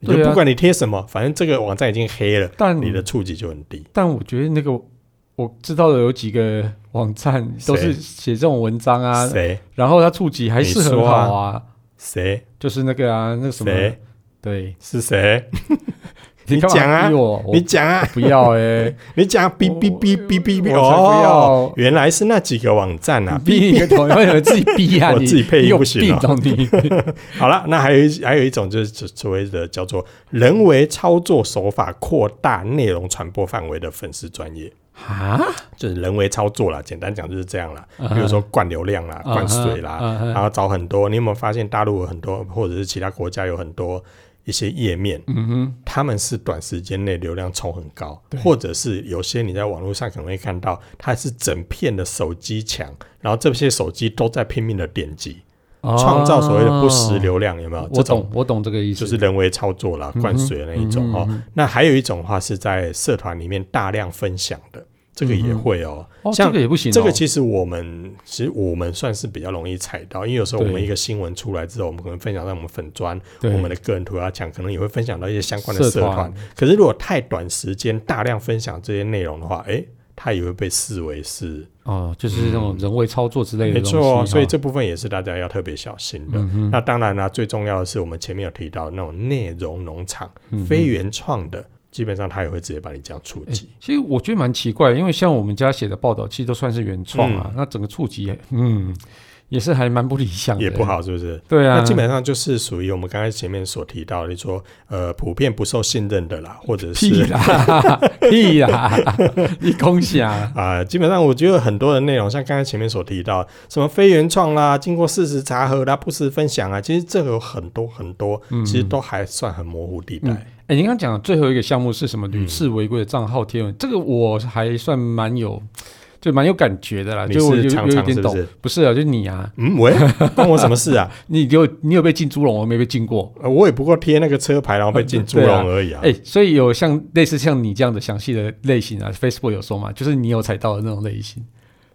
B: 你就
A: 对啊嗯
B: 不管你贴什么，反正这个网站已经黑了，
A: 但
B: 你的触及就很低。
A: 但我觉得那个我知道的有几个网站都是
B: 谁
A: 写这种文章啊，
B: 谁
A: 然后它触及还
B: 你
A: 是很
B: 说
A: 好
B: 啊
A: 啊，
B: 谁
A: 就是那个啊，那个什么，
B: 谁
A: 对，
B: 是谁？
A: 你
B: 你
A: 干嘛
B: 讲啊
A: 逼我，我
B: 你讲啊，
A: 不要哎，
B: 你讲啊，哔哔哔哔哔哔，
A: 我才不要
B: 哦，原来是那几个网站啊，哔
A: 逼你个头，要有自己逼啊，
B: 我
A: 你
B: 自己配音
A: 你有
B: 不行
A: 病
B: 哦
A: 哦你
B: 好了，那还有一还有一种就是所谓的叫做人为操作手法扩大内容传播范围的粉丝专业，
A: 啊，
B: 就是人为操作啦，简单讲就是这样啦。
A: 嗯哼
B: 比如说灌流量
A: 啊
B: 啦、灌水啦，
A: 嗯哼嗯哼
B: 然后找很多。你有没有发现大陆有很多，或者是其他国家有很多一些页面，
A: 嗯哼，
B: 他们是短时间内流量冲很高，或者是有些你在网络上可能会看到，它是整片的手机墙，然后这些手机都在拼命的点击， 创造所谓的不实
A: 哦，
B: 流量，有没有？这
A: 我
B: 种
A: 懂，我懂这个意思，
B: 就是人为操作
A: 嗯
B: 啦、灌水的那一种哦。那还有一种的话是在社团里面大量分享的，这个也会哦。
A: 哦，
B: 像
A: 这个也不行哦，
B: 这个其实我们其实我们算是比较容易踩到，因为有时候我们
A: 对
B: 一个新闻出来之后，我们可能分享到我们粉砖、
A: 对
B: 我们的个人涂鸦墙，可能也会分享到一些相关的社
A: 社
B: 团
A: 团。
B: 可是如果太短时间大量分享这些内容的话，诶，它也会被视为是
A: 哦，就是那种人为操作之类的
B: 嗯没
A: 东西嗯
B: 错
A: 哈，
B: 哦，所以这嗯部分也是大家要特别小心的。那当然啦、最重要的是我们前面有提到那种内容农场、
A: 嗯
B: 非原创的，基本上他也会直接把你这样触及。
A: 其实我觉得蛮奇怪，因为像我们家写的报道，其实都算是原创啊，那整个触及也，嗯，也是还蛮不理想的，
B: 也不。好，是不是？
A: 哎对啊，
B: 那基本上就是属于我们刚才前面所提到的，说呃，普遍不受信任的啦，或者
A: 屁
B: 是
A: 啦， 屁啦，你恭喜啊！
B: 啊、基本上我觉得很多的内容，像刚才前面所提到，什么非原创啦，经过事实查核啦，不实分享啊，其实这个有很多很多，其实都还算很模糊地带。
A: 嗯哎，您刚刚讲的最后一个项目是什
B: 嗯
A: 么？屡次违规的账号贴文，这个我还算蛮有，就蛮有感觉的啦，
B: 你
A: 啊就我有
B: 是常
A: 有一
B: 常
A: 点
B: 是不
A: 懂
B: 是，
A: 不是啊，就你啊，
B: 嗯，喂，关我什么事啊？
A: 你有你有被进猪笼，我没被进过。
B: 呃，我也不过贴那个车牌，然后被进猪笼而已啊。
A: 嗯哎、所以有像类似像你这样的详细的类型啊，Facebook 有说嘛，就是你有踩到的那种类型，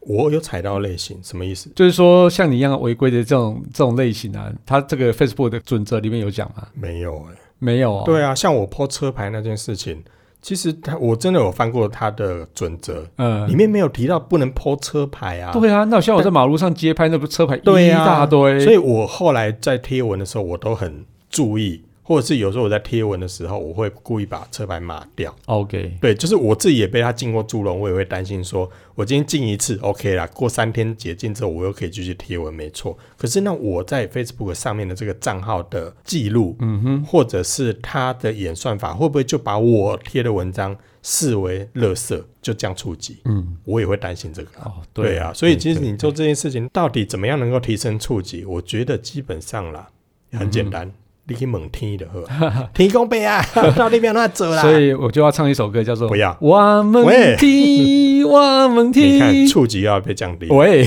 B: 我有踩到类型，什么意思？
A: 就是说像你一样违规的这种这种类型啊，它这个 Facebook 的准则里面有讲吗？
B: 没有哎、
A: 没有哦。，
B: 对啊，像我破车牌那件事情，其实他我真的有翻过他的准则，
A: 嗯、
B: 里面没有提到不能破车牌啊。
A: 对啊，那像我在马路上街拍，那不车牌
B: 对
A: 一
B: 啊
A: 大堆，
B: 所以我后来在贴文的时候，我都很注意，或者是有时候我在贴文的时候，我会故意把车牌码掉。
A: OK，
B: 对，就是我自己也被他进过猪笼，我也会担心说，我今天进一次 OK 啦，过三天解禁之后，我又可以继续贴文，没错。可是呢，我在 Facebook 上面的这个账号的记录，嗯哼，或者是他的演算法，会不会就把我贴的文章视为垃圾，就这样触及？
A: 嗯，
B: 我也会担心这个。
A: 哦，
B: 对
A: 对，
B: 啊，所以其实你做这件事情到底怎么样能够提升触及？我觉得基本上啦，很简单，你可以猛听的呵，提供杯啊，到那边乱走啦。
A: 所以我就要唱一首歌，叫做
B: 不要
A: 我
B: 喂
A: 们踢， 我们
B: 你
A: 踢。
B: 看触及又要被降低，
A: 喂，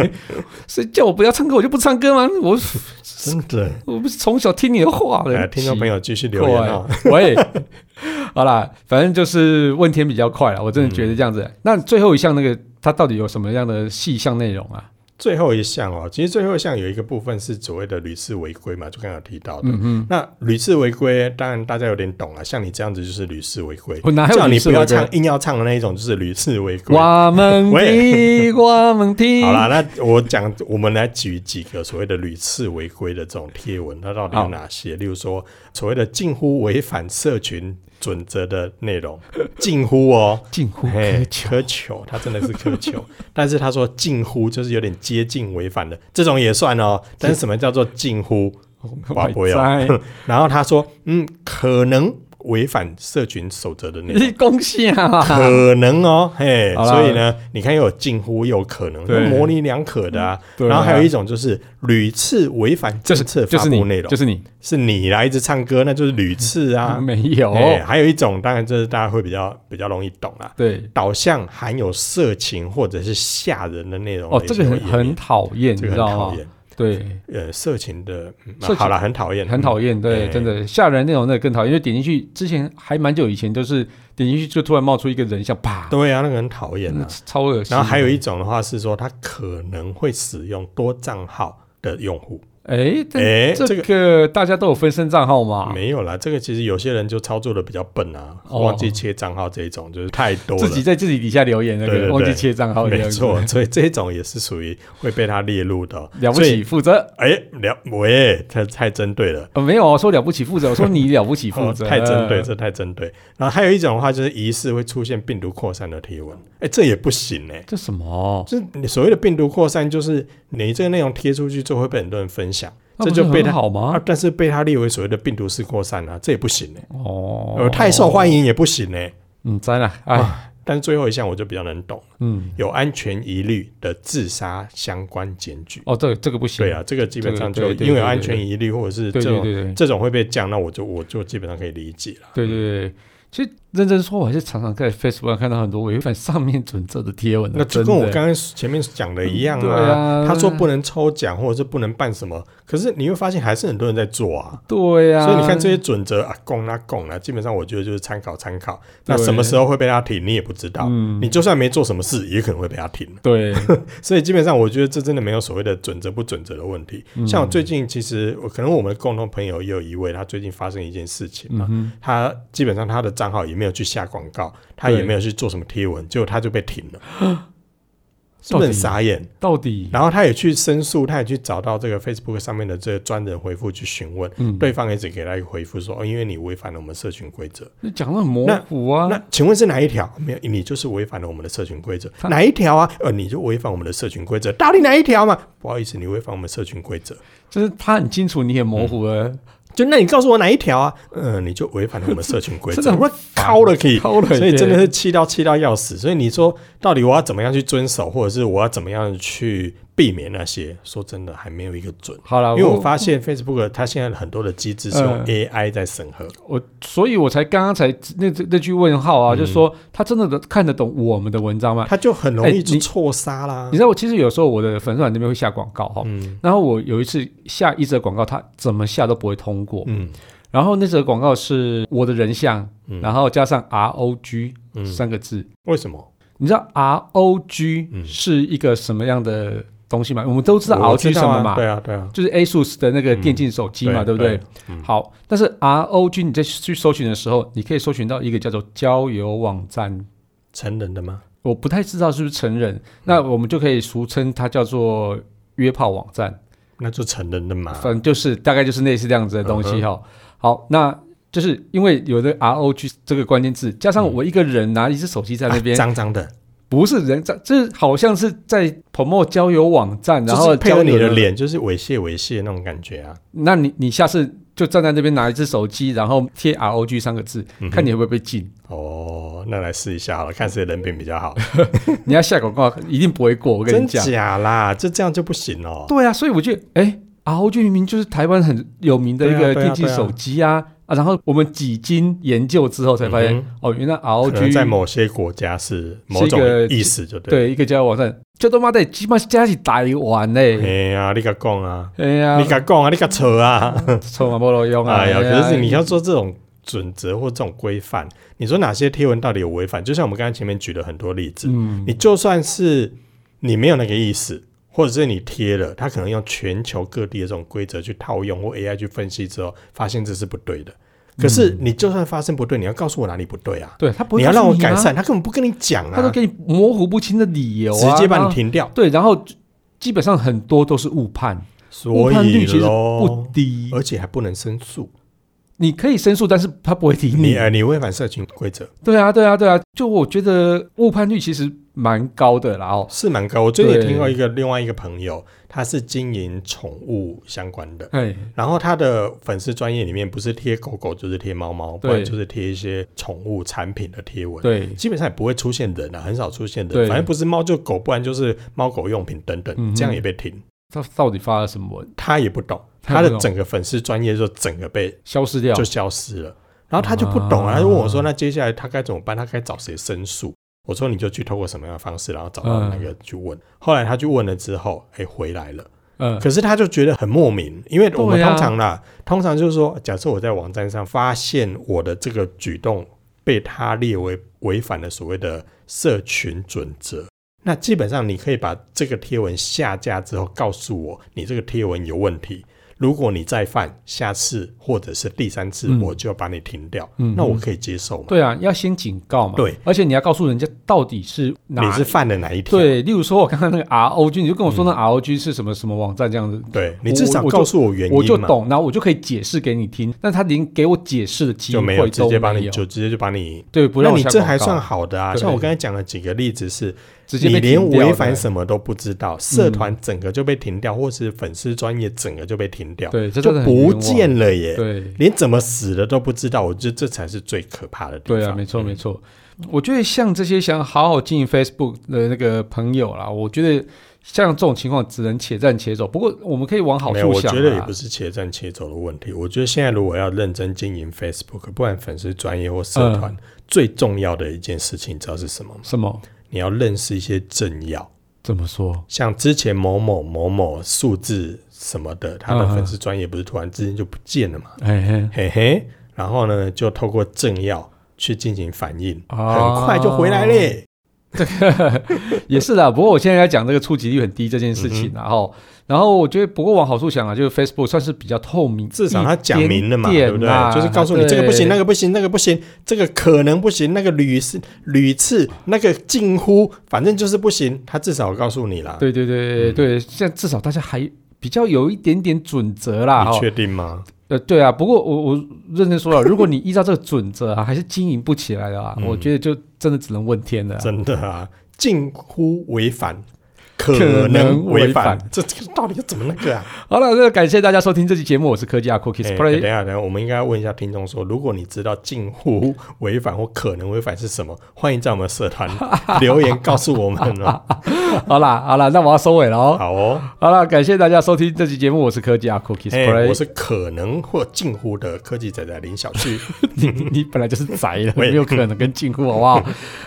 A: 所以叫我不要唱歌，我就不唱歌吗？我
B: 真的。
A: 我不是从小听你的话的，
B: 哎来，听众
A: 奇
B: 朋友继续留言哦。
A: 快，喂，好啦，反正就是问
B: 嗯
A: 天比较快了，我真的觉得这样子。那最后一项那个，它到底有什么样的细项内容啊？
B: 最后一项哦，其实最后一项有一个部分是所谓的屡次违规嘛，就刚刚有提到的。
A: 嗯
B: 那屡次违规，当然大家有点懂了。像你这样子就是屡次违规
A: 哼，，我哪有
B: 叫你
A: 理事
B: 不要
A: 委员
B: 唱，硬要唱的那一种就是屡次违规。
A: 我们
B: 喂
A: 踢，我们踢。
B: 好啦，那我讲，我们来举几个所谓的屡次违规的这种贴文，它到底有
A: 好
B: 哪些？例如说，所谓的近乎违反社群准则的内容，近乎哦，
A: 近乎
B: 嘿
A: 苛求。
B: 苛求，他真的是苛求， 但是他说近乎就是有点接近违反的，这种也算哦。但是什么叫做近乎？我不要
A: 我知
B: 然后他说，嗯，可能违反社群守则的内
A: 你
B: 容
A: 是。恭喜啊！
B: 可能哦，嘿，
A: 好啦
B: 所以呢，你看又有近乎又有可能，
A: 对
B: 模棱两可的啊。
A: 对啊
B: 然后还有一种就是屡次违反
A: 就
B: 政
A: 是
B: 策
A: 就
B: 发
A: 是
B: 布
A: 你
B: 内容，
A: 就是嗯你
B: 是你来一直唱歌，那就是屡次啊。
A: 没有
B: 哎，还有一种当然就是大家会比较比较容易懂啦，
A: 对
B: 导向含有色情或者是吓人的内容
A: 哦，
B: 类
A: 这
B: 型
A: 个
B: 的
A: 很
B: 页面。
A: 很讨厌，你
B: 这个
A: 知
B: 很
A: 道
B: 讨
A: 吗？
B: 厌，
A: 对，
B: 呃，色情的，嗯
A: 色情
B: 好啦，很讨厌，
A: 很讨厌，对，
B: 嗯
A: 真的吓人那种那个更讨厌，因为点进去之前还蛮久以前，就是点进去就突然冒出一个人像，啪
B: 嗯。，对啊，那个很讨厌
A: 真的
B: 啊。
A: 超恶心。
B: 然后还有一种的话是说，它可能会使用多账号的用户，
A: 哎，这
B: 哎，这
A: 这
B: 个
A: 个大家都有分身账号嘛，
B: 没有啦，这个其实有些人就操作的比较笨啊，
A: 哦
B: 忘记切账号这一种就是太多
A: 自己
B: 了。
A: 在自己底下留言那
B: 对对
A: 个
B: 对
A: 忘记切账号，
B: 没错，， 所以这种也是属于会被它列入的哦、
A: 了不
B: 所以
A: 起，负责。
B: 哎、了，喂，太太针对了。
A: 呃，没有啊，我说了不起负责，我说你了不起负
B: 哦
A: 责，呃
B: 太针对，这太针对。然后还有一种的话，就是疑似会出现病毒扩散的贴文，哎、这也不行哎、
A: 这什么？
B: 就是你所谓的病毒扩散，就是你这个内容贴出去之后会被很多人分享，
A: 那
B: 这
A: 不
B: 就是被
A: 很
B: 他
A: 好吗
B: 啊，？但是被他列为所谓的病毒式扩散啊，这也不行哎、
A: 哦，
B: 呃，太受欢迎哦也不行哎、
A: 嗯，栽了，哎，
B: 但是最后一项我就比较能懂，
A: 嗯，
B: 有安全疑虑的自杀相关检举。
A: 哦，这个这个不行，
B: 对啊，这个基本上
A: 这个
B: 就
A: 对对
B: 因为
A: 对
B: 有安
A: 对
B: 全疑虑或者是这
A: 对对
B: 种
A: 对对
B: 这种会被降，那我就我就基本上可以理解了。
A: 对对对。其实认真说，我还是常常在 Facebook 上看到很多违反上面准则的贴文的。
B: 那就
A: 真
B: 跟
A: 的
B: 我刚刚前面讲的一样
A: 对啊，
B: 他说不能抽奖或者是不能办什么，可是你会发现还是很多人在做啊。
A: 对呀、
B: 所以你看这些准则啊，供啊供啊，基本上我觉得就是参考参考。那
A: 对
B: 什么时候会被他停，你也不知道。
A: 嗯
B: 你就算没做什么事，也可能会被他停。
A: 对，
B: 所以基本上，我觉得这真的没有所谓的准则不准则的问题。
A: 嗯
B: 像我最近，其实我可能我们的共同朋友也有一位，他最近发生一件事情嘛，
A: 嗯
B: 他基本上他的账号也没有去下广告，他也
A: 对
B: 没有去做什么贴文，结果他就被停了，是
A: 到
B: 不
A: 底
B: 是很傻眼？
A: 到底
B: 然后他也去申诉，他也去找到这个 Facebook 上面的这个专人回复去询问，
A: 嗯，
B: 对方也只给他一个回复说，哦，因为你违反了我们社群规则。
A: 那讲的很模糊啊。
B: 那请问是哪一条？没有，你就是违反了我们的社群规则。
A: 他
B: 哪一条啊？呃，你就违反我们的社群规则，到底哪一条嘛？不好意思，你违反我们社群规则。
A: 就是他很清楚，你也
B: 嗯
A: 模糊了，
B: 就那你告诉我哪一条啊？呃，你就违反了我们社群规 则。
A: 真的
B: 我高了可以，
A: 超冷
B: 所以真的是气到气到要死。所以你说到底我要怎么样去遵守，或者是我要怎么样去避免那些？说真的，还没有一个准。
A: 好了，
B: 因为我发现 Facebook 它现在很多的机制是用
A: 嗯
B: AI 在审核，
A: 我，所以我才刚刚才那那句问号
B: 嗯
A: 啊，就说他真的看得懂我们的文章吗？
B: 它就很容
A: 哎
B: 易就
A: 你
B: 错杀啦
A: 你。知道，我其实有时候我的粉丝团那边会下广告哈、
B: 嗯
A: 然后我有一次下一则广告，他怎么下都不会通过。
B: 嗯
A: 然后那则广告是我的人像，
B: 嗯
A: 然后加上 R O G
B: 嗯，
A: 三个字。
B: 为什么？
A: 你知道 R O G
B: 嗯
A: 是一个什么样的东西吗？我们都知道 R
B: 我
A: O G
B: 知
A: 什
B: 道啊
A: 么嘛，
B: 对啊对啊，
A: 就是 ASUS 的那个电竞手机嘛，
B: 嗯
A: 对不对？
B: 对嗯
A: 好，但是 R O G 你在去搜寻的时候，你可以搜寻到一个叫做交友网站，
B: 成人的吗？
A: 我不太知道是不是成
B: 嗯
A: 人，那我们就可以俗称它叫做约炮网站。
B: 那就成人的嘛。
A: 反正就是大概就是类似这样子的东
B: 嗯
A: 西哈、好，那就是因为有的 R O G 这个关键字，加上我一个人拿一只手机在那边，
B: 嗯啊脏脏的，
A: 不是人在，这好像是在 promo 交友网站，然
B: 就
A: 后
B: 是配合
A: 交
B: 你
A: 友
B: 的。脸，就是猥亵猥亵那种感觉啊。
A: 那你你下次就站在那边拿一只手机，然后贴 R O G 三个字，
B: 嗯哼
A: 看你会不会被禁。
B: 哦，那来试一下好了，看谁人品比较好。
A: 你要下广告一定不会过，我跟
B: 真
A: 你讲。
B: 假啦？就这样就不行哦。
A: 对啊，所以我觉得，哎，R O G 明明就是台湾很有名的一
B: 对啊
A: 个
B: 对啊
A: 电竞
B: 对啊
A: 手机啊啊，然后我们几经研究之后才发现，
B: 嗯哼
A: 哦，原来 R
B: 可
A: O
B: 能
A: G
B: 在某些国家是某种
A: 是一个
B: 意思，就对。
A: 对，一个交友网站，就他妈的，基本上加起台湾嘞，
B: 哎呀，你敢讲啊？
A: 哎呀
B: 你，敢讲啊？你敢扯啊？
A: 臭马菠萝用啊！
B: 哎呀，
A: 啊
B: 可是你要说这种准则或这种规范，你说哪些贴文到底有违反？就像我们刚才前面举了很多例子，
A: 嗯，
B: 你就算是你没有那个意思，或者是你贴了，它可能用全球各地的这种规则去套用
A: 嗯
B: 或 AI 去分析之后，发现这是不对的。可是你就算发生不对，你要告诉我哪里不对啊？
A: 对他嗯不会、
B: 你
A: 啊、
B: 要让我改，善，他根本不跟你讲
A: 他都
B: 啊，
A: 给你模糊不清的理由、啊，
B: 直接把
A: 然
B: 你
A: 后
B: 停掉。
A: 对，然后基本上很多都是误判，误
B: 所
A: 判率其
B: 以
A: 实
B: 咯
A: 不，低。
B: 而且还不能申诉，
A: 你可以申诉，但是他不会提
B: 你
A: 你。
B: 呃你违反社群规则
A: 对啊，对啊，对啊，就我觉得误判率其实蛮高的啦哦。
B: 是蛮高。我最近
A: 对
B: 也听到一个另外一个朋友，他是经营宠物相关的，
A: 哎，
B: 然后他的粉丝专业里面不是贴狗狗就是贴猫猫，不
A: 对
B: 然就是贴一些宠物产品的贴文。
A: 对，
B: 基本上也不会出现人啊，很少出现
A: 对
B: 人，反正不是猫就狗，不然就是猫狗用品等等，
A: 嗯哼
B: 这样也被停，
A: 他到底发了什么？
B: 他也不懂，
A: 他
B: 他
A: 也不懂
B: 的整个粉丝专业就整个被
A: 消失掉
B: 就？消失了，然后他就不懂
A: 啊
B: 啊，他就问我说，那接下来他该怎么办？他该找谁申诉？我说你就去透过什么样的方式，然后找到那个去问。后来他去问了之后，哎、回来了。
A: 嗯，
B: 可是他就觉得很莫名，因为我们
A: 对啊
B: 通常啦，通常就是说，假设我在网站上发现我的这个举动被他列为违反了所谓的社群准则，那基本上你可以把这个贴文下架之后，告诉我你这个贴文有问题。如果你再犯，下次或者是第三次，
A: 嗯
B: 我就要把你停掉。
A: 嗯
B: 那我可以接受吗？
A: 对啊，要先警告嘛。
B: 对，
A: 而且你要告诉人家到底是哪
B: 你是犯了哪一条？
A: 对，例如说我刚刚那个 ROG，你就跟我说
B: 嗯
A: 那 ROG 是什么什么网站这样子，
B: 对你
A: 我
B: 至少
A: 我就
B: 告诉我原因嘛。
A: 我就懂，然后我就可以解释给你听。但他连给我解释的机
B: 就
A: 会
B: 没
A: 有，
B: 有直接把你就直接就把你
A: 对，不
B: 那
A: 让我
B: 你
A: 下
B: 这
A: 广
B: 还
A: 告
B: 算好的啊，
A: 对
B: 像我刚才讲了几个例子是，
A: 直接
B: 你
A: 被
B: 连
A: 停掉
B: 违
A: 的嗯
B: 反什么都不知道，社团整个就被停掉，或是粉丝专业整个就被停掉，
A: 对，这
B: 就
A: 真的很冤
B: 不
A: 枉
B: 见了耶，
A: 对
B: 连怎么死的都不知道，我觉得这才是最可怕的地方。
A: 对啊，没错
B: 嗯
A: 没错。我觉得像这些想好好经营 Facebook 的那个朋友啦，我觉得像这种情况只能且战且走。不过我们可以往好
B: 没有，
A: 处
B: 我
A: 想啊
B: 觉得也不
A: 是
B: 是且战且走的问题。我觉得现在如果要认真经营 Facebook，不管粉丝专业或社
A: 嗯
B: 团，最重要的一件事情，你知道是什么吗？
A: 什么？
B: 你要认识一些政要。
A: 怎么说？
B: 像之前某某某某数字什么的，他
A: 嗯嗯
B: 的粉丝专业不是突然之间就不见了嘛？
A: 哎嘿，
B: 嘿嘿，然后呢，就透过政要去进行反应，
A: 啊
B: 很快就回来嘞。
A: 也是啦，不过我现在要讲这个触及率很低这件事
B: 嗯
A: 情啦，然后、然后我觉得不过往好处想啊，就是 Facebook 算是比较透明，
B: 至少他讲明了嘛，
A: 一点
B: 对不对
A: 点啦？啊
B: 就是告诉你这个不行，
A: 对
B: 那个不行，那个不行，这个可能不行，那个屡次屡次，那个近乎，反正就是不行。他至少告诉你啦。
A: 对对
B: 嗯
A: 对对对，现在至少大家还比较有一点点准则啦，
B: 你
A: 哈
B: 确定吗？
A: 呃，啊对啊，不过我我认真说啊 了，如果你依照这个准则啊，还是经营不起来的啊，
B: 嗯
A: 我觉得就真的只能问天了啊、
B: 真的啊，近乎违反，可
A: 可能
B: 能
A: 违
B: 违
A: 反
B: 反，这这个到底要怎么那个啊？
A: 好了，那感谢大家收听这期节目，我是科技阿啊 Cookies
B: 哎
A: Play，、
B: 等一下，等一下，我们应该问一下听众说，如果你知道近乎违反或可能违反是什么，欢迎在我们社团留言告诉我们哦。
A: 好啦好啦，那我要收尾了哦。
B: 好哦，
A: 好了，感谢大家收听这期节目，我是科技阿 Cookies
B: 哎
A: Play，、
B: 我是可能或近乎的科技仔仔林小旭，
A: 你你本来就是宅 的，
B: 喂
A: 没有可能跟进乎好不 好？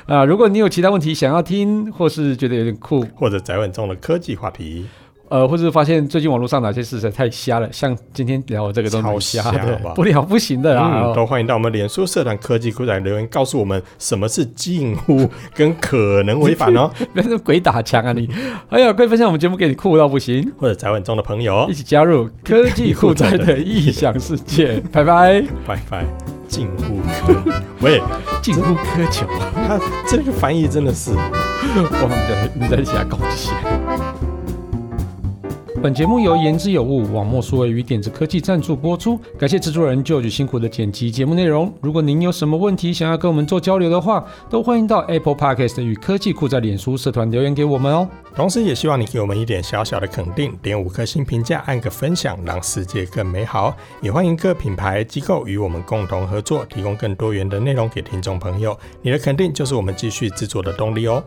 A: 啊、如果你有其他问题想要听，或是觉得有点酷，
B: 或者宅稳中的科技话题，
A: 呃，或是发现最近网络上哪些事实在太瞎了，像今天聊的这个都蛮
B: 超
A: 瞎
B: 瞎
A: 的，
B: 好不好
A: 不聊不行的啊。
B: 嗯，都欢迎到我们脸书社团科技酷仔留言告诉我们什么是近乎跟可能违反哦，
A: 不要是鬼打墙啊你！哎呀，快分享我们节目给你酷到不行，
B: 或者宅稳中的朋友
A: 一，起加入科技酷宅的异想世界，拜拜！
B: 拜拜，近乎可能，喂，
A: 近乎苛求，
B: 他这个翻译真的是。
A: 我们在你在瞎搞这些。本节目由言之有物网络数位与点子科技赞助播出，感谢制作人 George 辛苦的剪辑节目内容。如果您有什么问题想要跟我们做交流的话，都欢迎到 Apple Podcast 与科技酷在脸书社团留言给我们哦。
B: 同时，也希望你给我们一点小小的肯定，点五颗星评价，按个分享，让世界更美好。也欢迎各品牌机构与我们共同合作，提供更多元的内容给听众朋友。你的肯定就是我们继续制作的动力哦。